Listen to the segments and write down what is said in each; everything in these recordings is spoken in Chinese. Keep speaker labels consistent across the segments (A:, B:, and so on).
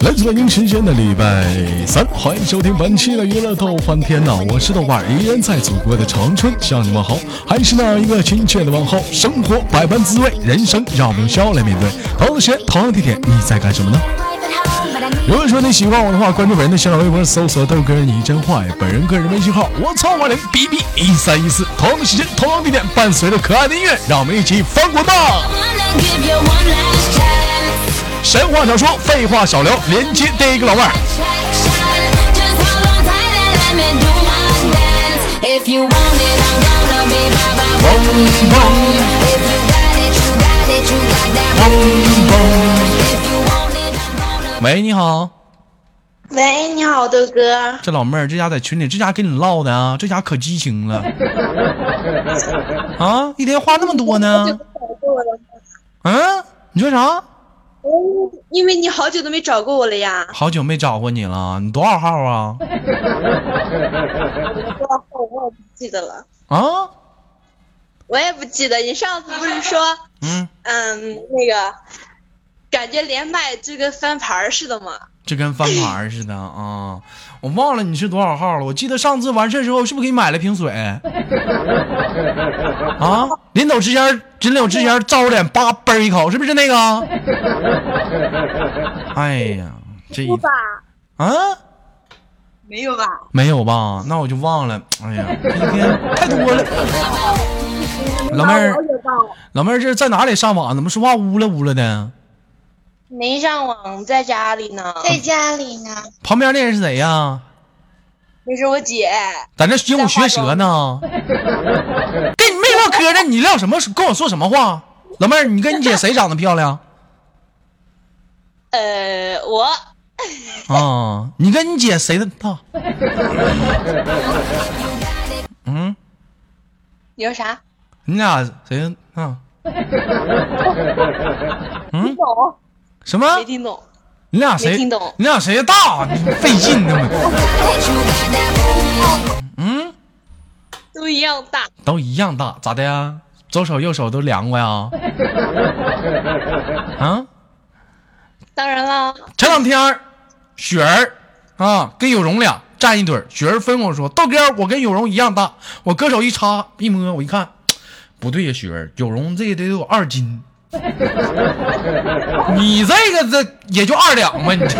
A: 来自北京时间的礼拜三，欢迎收听本期的娱乐逗翻天呐！我是豆瓣儿，依然在祖国的长春向你们好，还是那一个亲切的问候。生活百般滋味，人生让我们用笑来面对。同样的时间，同样的地点，你在干什么呢？如果说你喜欢我的话，关注本人的新浪微博，搜索“豆哥你真坏”，本人个人微信号：我操我零 B B 一三一四。同样的时间，同样地点，伴随着可爱的音乐，让我们一起翻滚吧！神话少说，废话少聊，连接第一个老妹儿。
B: If you want it, I'm gonna be Baba Boom Boom. If you got it, you got it, you got that boom boom. If you want it, I'm gonna.
A: 喂，你好，
C: 喂，你好，豆哥。
A: 这老妹儿，这家在群里，这家跟你唠的啊，这家可激情了，啊，一天话那么多呢？嗯、你说啥？
C: 因为你好久都没找过我了呀。
A: 好久没找过你了，你多少号啊？
C: 哇我也不记得了，
A: 啊，
C: 我也不记得。你上次不是说，
A: 嗯，
C: 嗯，那个，感觉连麦就跟翻牌儿似的吗？
A: 这跟翻牌儿似的啊，我忘了你是多少号了，我记得上次完事儿之后，是不是给你买了瓶水？啊，临走之前，临走之前照着脸叭嘣儿一口，是不是那个？哎呀，这一
C: 吧，
A: 啊。
C: 没有吧？
A: 没有吧？那我就忘了。哎呀，一天太多了。老妹儿，老妹儿，这是在哪里上网？怎么说话呜了呜了的？
C: 没上网，在家里呢。
D: 在家里呢，
A: 旁边那人是谁呀？
C: 那是我姐，
A: 在那鹦鹉学舌呢？跟你没唠嗑呢，你唠什么？跟我说什么话？老妹儿，你跟你姐谁长得漂亮
C: 呃，我
A: 啊？你跟你姐谁的大？嗯，
C: 你说啥？
A: 你俩谁啊？嗯，
C: 懂？
A: 什么？
C: 没听懂。
A: 你俩谁？
C: 没听懂
A: 你俩谁大？你费劲呢嘛？嗯，
C: 都一样大，
A: 都一样大，咋的呀？左手右手都量过呀？啊，
C: 当然啦，
A: 前两天儿雪儿啊跟有容俩站一堆儿，雪儿分我说豆哥，我跟有容一样大，我搁手一插一摸，我一看不对呀，雪儿，有容这得有二斤。 你这个这也就二两吧，你这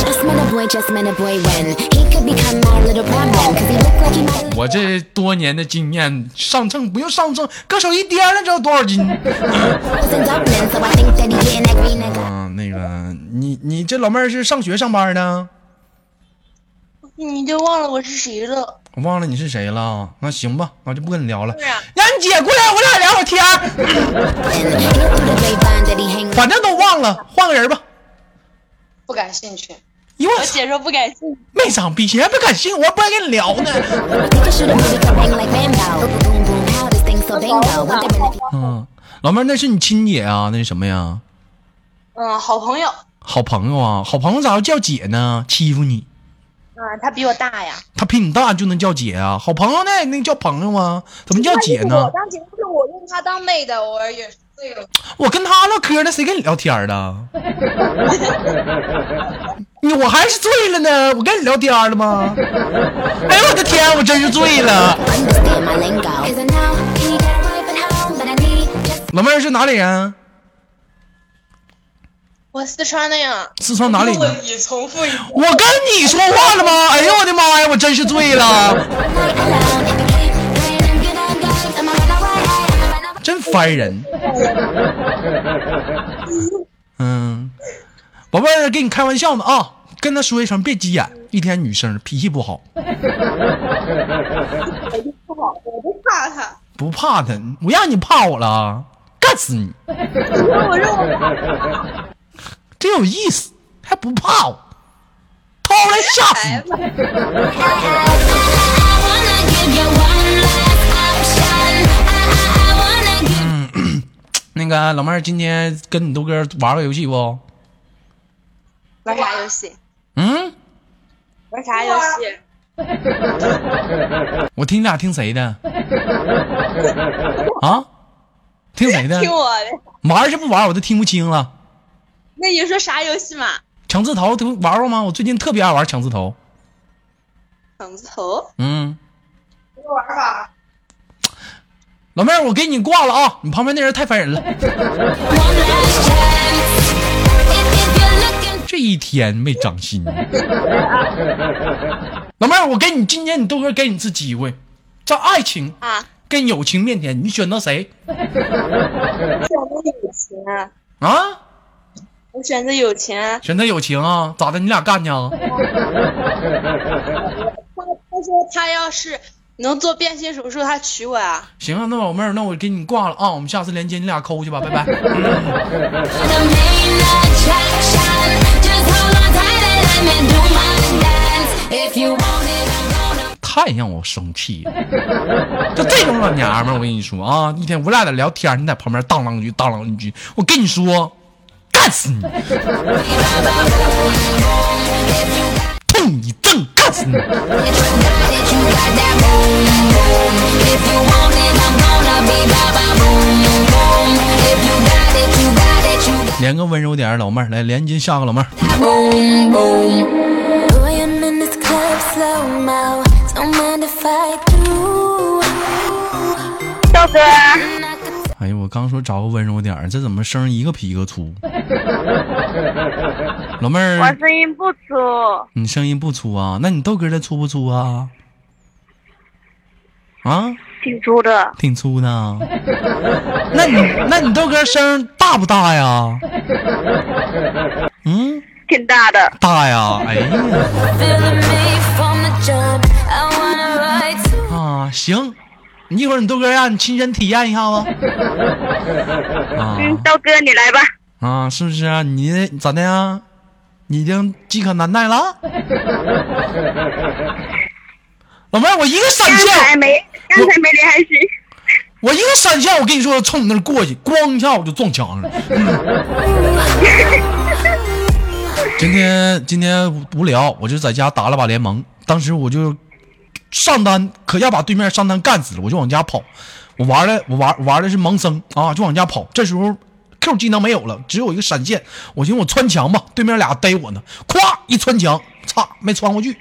E: Just met a boy, just met a boy when he could become our little problem. Cause he looked like he might have
A: 我这多年的经验，上秤不用上秤，搁手一掂了，知道多少斤？
E: was in Dublin, so I think that he getting that green egg.
A: 啊，那个，你你这老妹儿是上学上班呢？
C: 你就忘了我是谁了？
A: 我忘了你是谁了。那行吧，那就不跟你聊了。
C: 是啊
A: 让你姐过来，我俩聊会儿天儿。
E: He looked through the grapevine that he hang
A: 反正都忘 了，换个人吧。
D: 不感兴趣。
A: 因为
C: 我姐说不感兴趣。
A: 没长鼻血还不感兴趣，我还不爱跟你聊 呢。
E: with. Think I should've moved it to ring like Rambo. Boom, boom, how this thing so bingo. Wonder if he
A: 嗯，老妹儿，那是你亲姐啊？那是什么呀？
C: 嗯，好朋友，
A: 好朋友啊？好朋友咋要叫姐呢？欺负你？
C: 啊，他比我大呀。
A: 他比你大就能叫姐啊？好朋友那那叫朋友啊？怎么叫姐呢？
D: 我当姐夫是我用她当妹的，我也是队友。
A: 我跟他唠嗑呢，谁跟你聊天呢？你我还是醉了呢，我跟你聊天了吗？哎呦我的天，我真是醉了。
E: understand my lingo. Cause I know he got a wife at home, but I need just
A: 老妹儿是哪里人？
C: 我四川的呀，
A: 四川哪里
D: 又
A: 的？
D: 你重复一遍，
A: 我跟你说话了吗？哎呦我的妈呀，我真是醉了，
E: one night alone. If you keep playing, I'm gonna go. I'm a runaway, I'm a runaway.
A: 真烦人。嗯，宝贝儿，跟你开玩笑呢啊，跟他说一声别急眼，一天女生脾气不好。
C: 我不怕他，
A: 不怕他，我让你怕我了，干死你！我真有意思，还不怕我，掏来吓死你！
B: I wanna give you one last option. I I I wanna give
A: 那个老妹儿，今天跟你豆哥玩个游戏不？
C: 玩啥游戏？
A: 嗯，
C: 玩啥游戏？
A: 我听你俩听谁的？啊？听谁的？
C: 听我的。
A: 玩是不玩，我都听不清了。
C: 那你说啥游戏嘛？
A: 抢字头都玩过吗？我最近特别爱玩抢字头。
C: 抢字头，
A: 嗯，
F: 什么玩法？
A: 老妹儿，我给你挂了啊！你旁边那人太烦人了。
G: One last chance. If, if you're looking
A: 这一天没长心。 老妹儿，我给你今天你豆哥给你一次机会，在爱情
C: 啊
A: 跟友情面前，你选择谁
C: 我选择友情啊，
A: 啊？
C: 我选择友情啊。
A: 选择友情啊？咋的？你俩干去啊？
C: 他他说他要是能做变性手术，他娶我啊。
A: 行啊，那老妹儿，那我给你挂了啊，我们下次连接你俩抠去吧，拜拜。
G: for the main attraction, just hold on tight and let me do my dance. If you want it, I'm gonna.
A: 太让我生气了，就这种老娘们儿，我跟你说啊，一天我俩在聊天，你在旁边当啷一句当啷一句，我跟你说，干死你，痛一阵干死你。
G: If you got it, you got that boom boom. If you want it, I'm gonna be ba ba boom boom. If you got it, you got it, you got
A: 连个温柔点儿老妹儿，来连接下个老妹儿。
G: that boom boom.
E: Boy, I'm in this club slow mo. Don't mind if I do.
F: 豆哥，
A: 哎呀，我刚说找个温柔点儿，这怎么声儿一个比一个粗？老妹儿，
F: 声音不粗，
A: 你声音不粗啊？那你豆哥的粗不粗啊？啊，
F: 挺粗的。
A: 挺粗的。那你那你豆哥声儿大不大呀？嗯，
F: 挺大的。
A: 大呀。哎呀
E: Feeling me from the jump. I wanna ride to
A: 啊，行，你一会儿你豆哥让你亲身体验一下子。啊。
F: 豆哥，你来吧。
A: 啊，是不是啊？你咋的呀？你已经饥渴难耐了？老妹儿，我一个闪现，
F: 没，刚才没联系。
A: 我一个闪现，我跟你说，冲你那儿过去，咣一下我就撞墙上了。嗯、今天今天无聊，我就在家打了把联盟，当时我就上单，可要把对面上单干死了，我就往家跑。我玩的我玩玩的是盲僧啊，就往家跑。这时候 Q 技能没有了，只有一个闪现。啊我寻思我穿墙吧，对面俩逮我呢，咵一穿墙，擦没穿过去，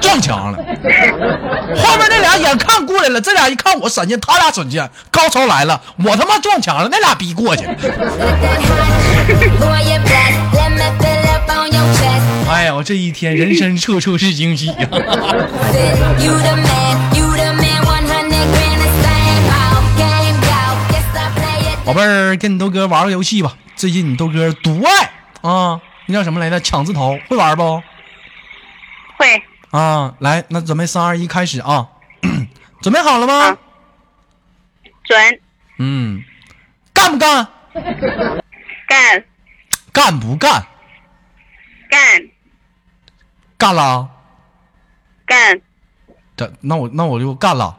A: 撞墙了。后面那俩眼看过来了，这俩一看我闪现，他俩闪现，高潮来了，我他妈撞墙了，那俩逼过去。
G: that hot. Boy, you're blessed. Let me fill up on your chest.
A: 哎呀，我这一天人生处处是惊喜啊呀、
G: Fit. You the man, you the man. 100 grand is same. All game out. Guess I play it.
A: 宝贝儿，跟你豆哥玩个游戏吧。最近你豆哥独爱啊，那叫什么来着？抢字头，会玩不？
F: 会，
A: 啊，来，那准备三二一，开始啊！ 准备好了吗？
F: 好准
A: 嗯，干不干？
F: 干
A: 干不干？
F: 干
A: 干了。
F: 干
A: 这那我那我就干了。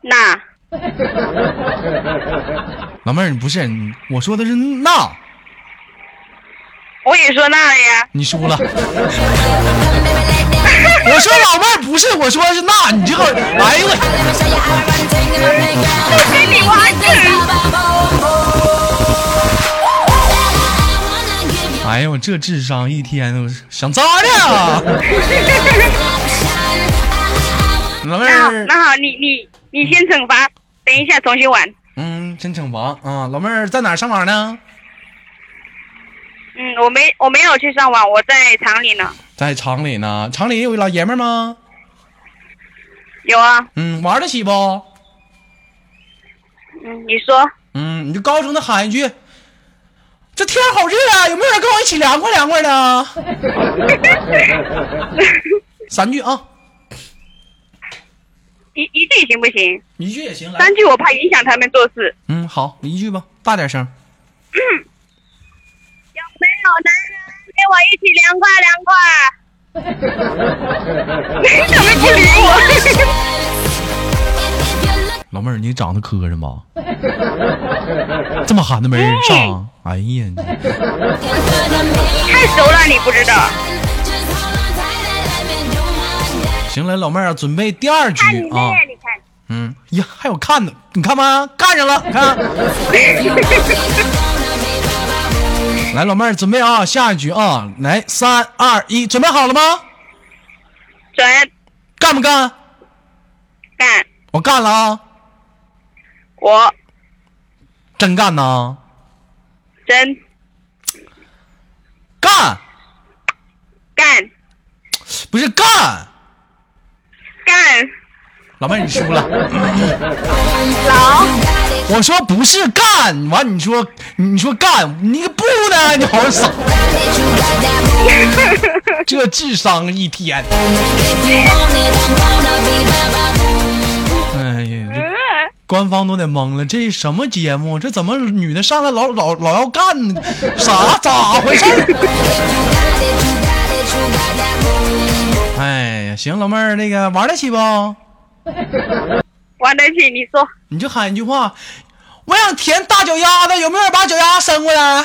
F: 那
A: 老妹儿，你不是你我说的是那，
F: 我也说那了呀，
A: 你 输了。我说老妹儿不是，我说的是那，你这个，哎呦我，
G: Let me show you how to run things in the playground.
F: 哎啊
G: Ba ba boom boom. I wanna give you
A: 哎呦我这智商一天我想咋的？
G: option. I, I, I want
A: 老妹
F: 那好
A: 儿，
F: 那好，你你你先惩罚，等一下重新玩。
A: 嗯，真惩罚啊！老妹儿在哪儿上网呢？
F: 嗯，我没我没有去上网，我在厂里呢。
A: 在厂里呢。厂里有老爷们儿吗？
F: 有啊，
A: 嗯，玩得起不？
F: 嗯，你说
A: 嗯，你就高声的喊一句：“这天好热啊，有没有人跟我一起凉快凉快的？” 三句啊，
F: 一一句行不行？
A: 一句也行。来
F: 三，句我怕影响他们做事。
A: 嗯，好，你一句吧，大点声。
F: 有没有男人跟我一起凉快凉快？ 你怎么不理我？
A: 老妹儿，你长得磕碜吧？这么喊都没人上。哎呀，你
F: 太熟了，你不知道。
A: 行了，老妹儿啊，准备第二
F: 看
A: 局
F: 你
A: 啊
F: 妹。，你看。
A: 嗯，呀，还有看 的，你看吧，干上了，你看。来，老妹儿准备啊，下一局啊，来，三二一，准备好了吗？
F: 准
A: 干不干？
F: 干
A: 我干了啊，
F: 我
A: 真干呐，
F: 真
A: 干
F: 干
A: 不是干，
F: 干
A: 老妹儿你输了，
F: 老
A: 我说不是干，完你说你说干，你个不呢？你好好傻，这智商一天，哎呀，这官方都得懵了，这什么节目？这怎么女的上来老老老要干呢？啥咋回事儿？哎呀，行，老妹儿，那个玩得起不？
F: 玩得起，你说
A: 你就喊一句话，我想舔大脚丫子，有没有人把脚丫伸过来？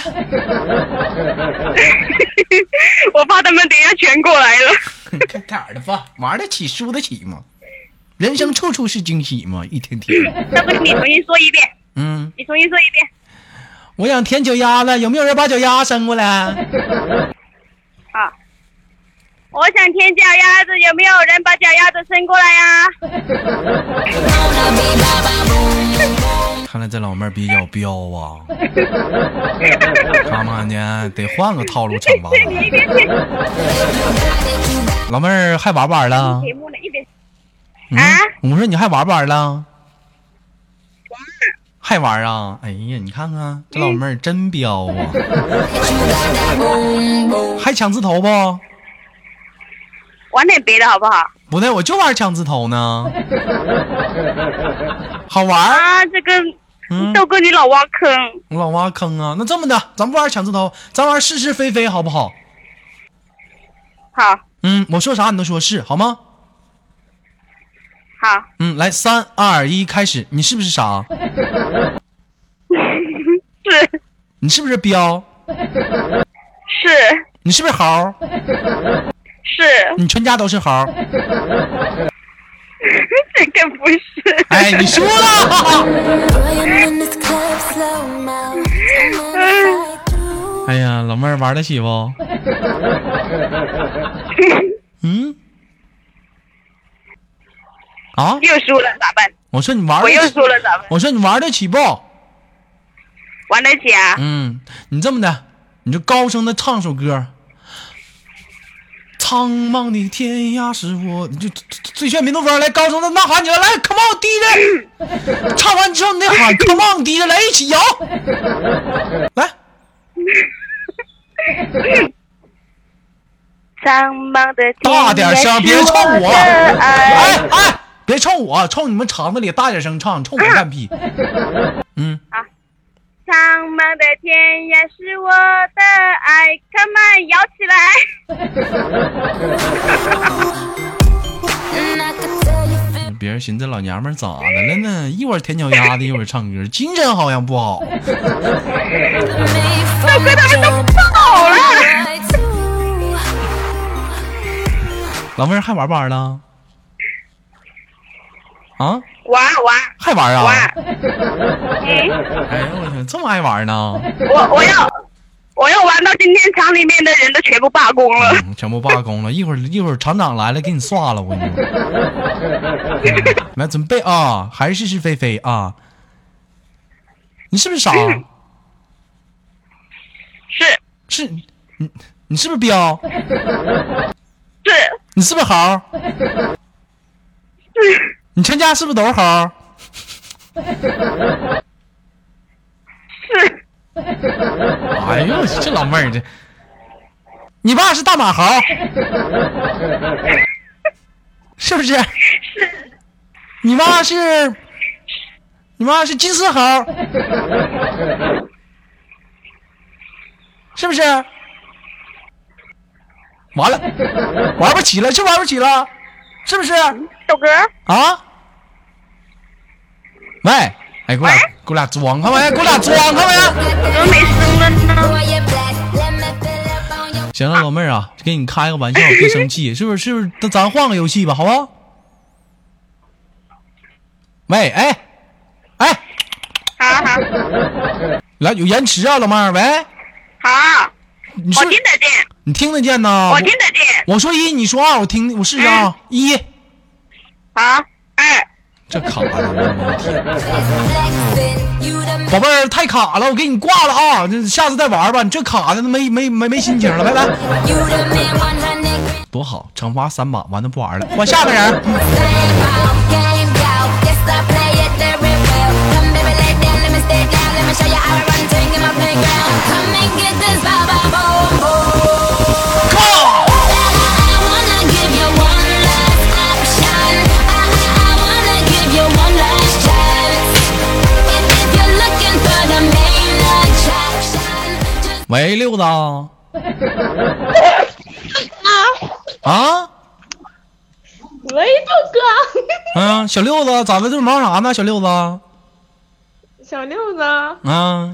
F: 我怕他们等一下全过来了。
A: 看看耳朵吧，玩得起，输得起吗？人生处处是惊喜嘛，一天天。
F: 要不你重新说一遍，
A: 嗯，
F: 你重新说一遍。
A: 我想舔脚丫子，有没有人把脚丫伸过来？
F: 啊，我想舔脚丫子，有没有人把脚丫子伸过来呀、
A: 看来这老妹儿比较彪啊，看不看见？得换个套路惩罚。
F: 这你一边舔
A: 老妹儿还玩不玩了？
F: 节目呢，一边
A: 嗯
F: 啊，
A: 我说你还玩不玩了？还玩啊？哎呀，你看看这老妹儿真彪啊！还抢字头不？
F: 玩点别的好不好？
A: 不对，我就玩抢字头呢。好玩儿，
F: 啊，这个
A: 嗯
F: 豆哥你老挖坑，
A: 我老挖坑啊！那这么的，咱不玩抢字头，咱玩是是非非，好不好？
F: 好
A: 嗯，我说啥你都说是，好吗？
F: 好，
A: 嗯，来，三二一，开始。你是不是傻？
F: 是
A: 你是不是彪？
F: 是
A: 你是不是猴？
F: 是，
A: 你全家都是猴？
F: 这个不是。
A: 哎，你输了。哎呀，老妹儿玩得起不？嗯？啊！
F: 又输了咋办？
A: 我说你玩
F: 我
A: 得
F: 又
A: 起
F: 输，了咋办？
A: 我说你玩得起不？
F: 玩得起啊？
A: 嗯，你这么的，你就高声的唱首歌。苍茫的天涯是我，你就最最炫民族风，来高声的呐喊起来，来，come on，DJ，唱完之后你得喊 come on，DJ，来一起摇，来，
F: 苍茫的天
A: 大点声
F: 涯是
A: 别冲我
F: 我的爱。
A: 哎哎，别冲我，冲你们厂子里大点声唱，冲我干屁？嗯，
F: 苍茫的天涯是我的爱，Come on，摇起来！
A: 别人寻思老娘们儿咋的了呢？一会儿舔脚丫子，一会儿唱歌，精神好像不好。
F: 好了，
A: 老妹儿还玩不玩了？啊，
F: 玩玩
A: 还玩啊？
F: 玩，嗯，
A: 哎呦我天，这么爱玩呢？
F: 我我要我要玩到今天厂里面的人都全部罢工了，
A: 嗯全部罢工了，一会儿一会儿厂长来了给你刷了，我跟你说。嗯来准备啊，还是是是非非啊？你是不是傻？
F: 是
A: 是你你是不是彪？
F: 是
A: 你是不是猴？
F: 是
A: 你全家是不是都是猴？
F: 是
A: 哎呦，我去这老妹儿这，你爸是大马猴，是不是？你妈是，你妈是金丝猴，是不是？完了，玩不起了，就玩不起了，是不是？
F: 豆哥，
A: 啊？喂，哎，给我俩，给我俩装，看没？给我俩装，看没？
F: 怎么没声了呢？
A: 行了，老妹儿啊，给你开个 玩笑，别生气，是不是？是不是？那咱换个游戏吧，好不好？喂，哎，哎，
F: 好好
A: 来有延迟啊，老妹儿，喂，
F: 好，
A: 你是
F: 我听得见，
A: 你听得见呐？
F: 我听嗯得见。
A: 我说一，你说二，我听我试试啊。一，
F: 好，二，
A: 这卡了，宝贝儿太卡了，我给你挂了啊！这下次再玩吧，你这卡的没没没没心情了，拜拜。多好，惩罚三把，完了不玩了，换下个人。喂，六子啊啊，
C: 喂，豆哥，
A: 嗯，小六子咋的？这忙啥呢？小六子啊，
C: 小六呢？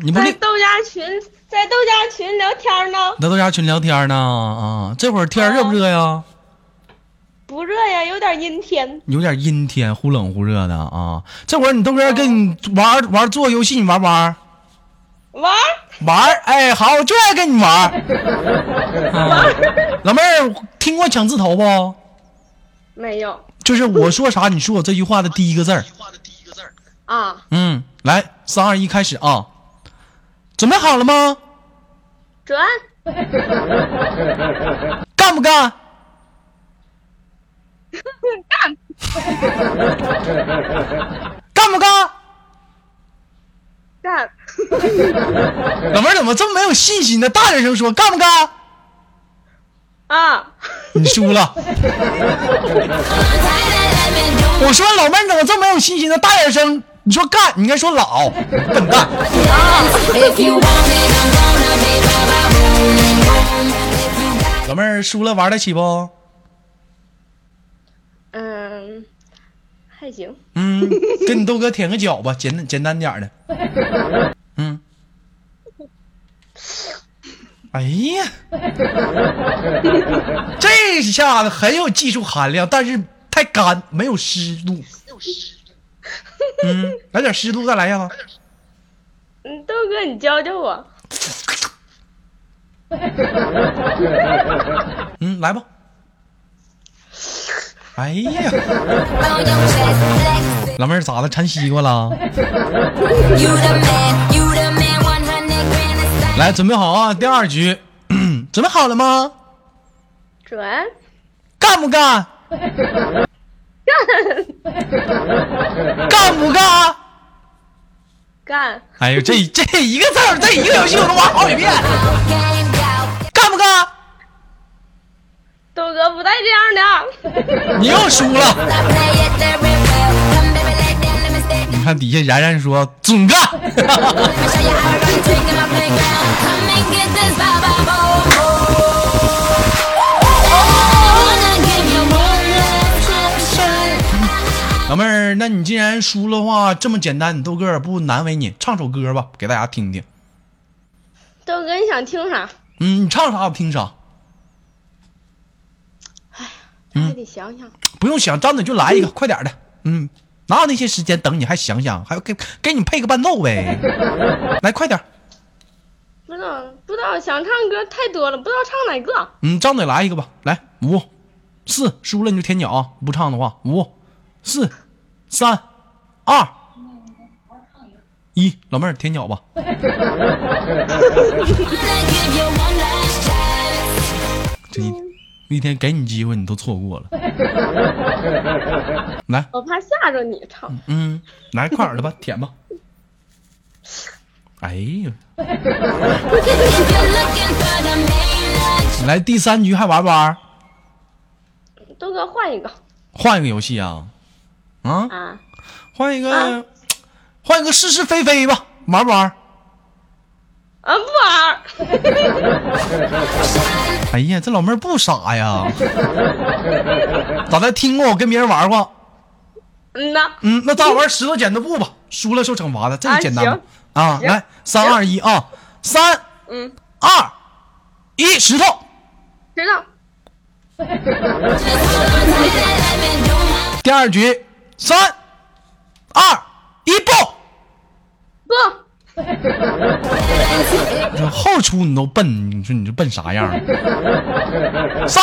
A: 你不
C: 在
A: 是
C: 豆家群，在豆家群聊天呢，
A: 在豆家群聊天呢？啊，这会儿天热不热呀？
C: 不热呀，有点阴天。
A: 有点阴天，忽冷忽热的啊。这会儿你豆哥跟你玩玩做游戏，你玩不玩？
C: 玩儿，
A: 玩儿，哎，好，我就爱跟你玩儿。啊、老妹儿，听过抢字头不？
C: 没有
A: 就是我说啥，你说我这句话的第一个字儿。
C: 啊？
A: 嗯，来，三二一，开始啊！准备好了吗？
C: 转
A: 干不干？
F: 干
A: 干不干？
C: 干
A: 老妹儿怎么这么没有信心呢？大点声说，干不干？
C: 啊！
A: 你输了。我说老妹儿你怎么这么没有信心呢？大点声，你说干，你应该说老笨蛋。老妹儿输了玩得起不？
C: 嗯，还行。
A: 嗯，跟你豆哥舔个脚吧，简单简单点儿的。嗯。哎呀，这下子很有技术含量，但是太干，没有湿度。嗯，来点湿度，再来一下子。
C: 嗯，豆哥，你教教我。
A: 嗯，来吧。哎呀，老妹儿咋的？馋西瓜了？来，准备好啊！第二局， 准备好了吗？
C: 转
A: 干不干？干，干不干？
C: 干
A: 哎呦，这这一个字儿，这一个游戏我都玩好几遍，干不干？
C: 豆哥不带这样的，
A: 你又输了。你看底下然然说总干，老妹儿，那你既然输了话，这么简单，你豆哥也不难为你，唱首歌吧，给大家听听。
C: 豆哥你想听啥？
A: 嗯，你唱啥我听啥，
C: 还得想想。
A: 不用想，张嘴就来一个，快点儿的。嗯，哪有那些时间等你？还想想，还给给你配个伴奏呗。来，快点儿，
C: 不知道，不知道，想唱歌太多了，不知道唱哪个。
A: 嗯，张嘴来一个吧。来，五、四，输了你就舔脚啊，不唱的话，五、四、三、二、一，老妹儿舔脚吧。这一一天给你机会，你都错过了。 来，
C: 我怕吓着你唱。
A: 嗯，来快点儿的吧，舔吧。哎呀，来第三局还玩不玩？
C: 豆哥换一个
A: 换一个游戏啊，啊，
C: 啊！
A: 换一个，
C: 啊
A: 换一个是是非非吧，玩不玩？
C: 啊，不玩儿。
A: 哎呀，这老妹儿不傻呀，咋的？听过我跟别人玩过？
C: 嗯呐，
A: 嗯，那咱俩玩石头剪刀布吧，输了受惩罚的，这个
C: 啊
A: 简单吧
C: 行？
A: 啊，来，三二一啊，三，
C: 嗯，
A: 二，一，石头，
C: 知道。
A: 第二局，三，二，一，布。
C: 不，
A: 你说后出你都笨，你说你这笨啥样儿？三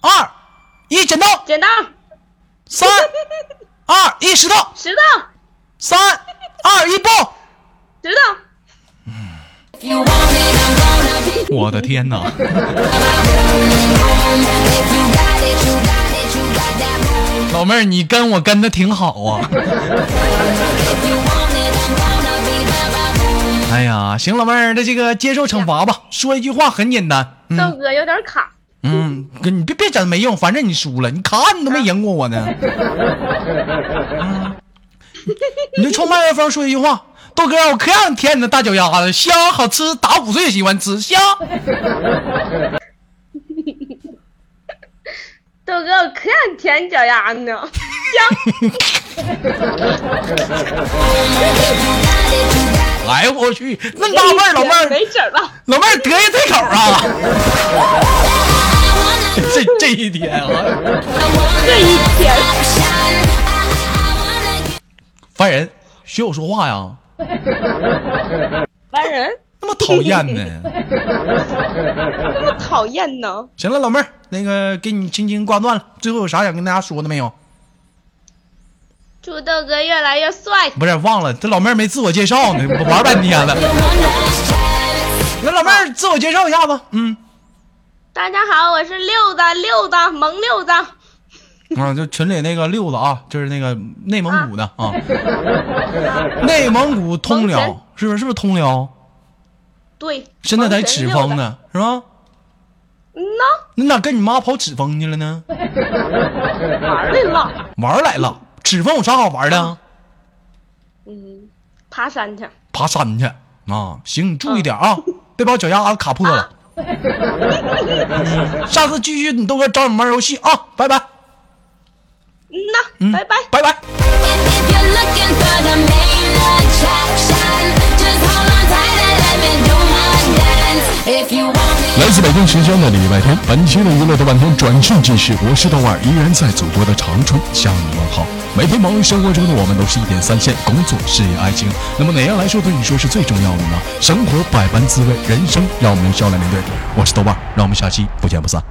A: 二一，剪刀！
C: 剪刀、
A: 三二一，石头！
C: 石头、
A: 三二一，爆！
C: 石头。
A: 我的天哪！老妹儿，你跟我跟的挺好啊。哎呀，行，老妹儿，那这个接受惩罚吧。说一句话很简单，
F: 豆
A: 嗯
F: 哥有点卡，
A: 嗯，跟你别别整没用，反正你输了，你卡你都没赢过我呢。嗯你就冲麦克风说一句话，豆哥，我可想舔你的大脚丫子，香好吃，打五岁也喜欢吃，香。
F: 豆哥我可想舔你脚丫呢。
A: 哎呦我去，那么大味儿，老妹儿
C: 没整了，
A: 老妹儿得意这口啊！这这一天啊，烦人，学我说话呀，
C: 完人
A: 那么讨厌呢。
C: 那么讨厌呢。
A: 行了，老妹儿，那个给你轻轻挂断了。最后有啥想跟大家说的没有？
F: 祝豆哥越来越帅。
A: 不是忘了，这老妹儿没自我介绍呢，我玩半天了。那老妹儿自我介绍一下子，嗯，
F: 大家好，我是六子，六子萌六子，
A: 啊，就群里那个六子啊，就是那个内蒙古的啊，
F: 啊
A: 内蒙古通辽是不是？是不是通辽？
F: 对，
A: 现在才
F: 萌神
A: 赤
F: 六
A: 峰
F: 子。
A: 呢，是吧？
F: 嗯呐，
A: 你咋跟你妈跑赤峰去了呢？
F: 玩儿来了，
A: 玩儿来了，赤峰有啥好玩的啊？
F: 爬山去。
A: 爬山去啊！行，你注意点啊，别把脚丫子卡破
F: 啊
A: 了。嗯下次继续你豆哥找你玩游戏啊！拜拜，
F: 嗯呐，拜拜。
A: 拜拜。
G: If you want it.
H: 来自北京时间的礼拜天，本期的娱乐豆瓣天转瞬即逝，我是豆瓣儿，依然在祖国的长春向你问好。每天忙于生活中的我们，都是一点三线，工作、事业、爱情。那么哪样来说对你说是最重要的呢？生活百般滋味，人生让我们笑来面对。我是豆瓣儿，让我们下期不见不散。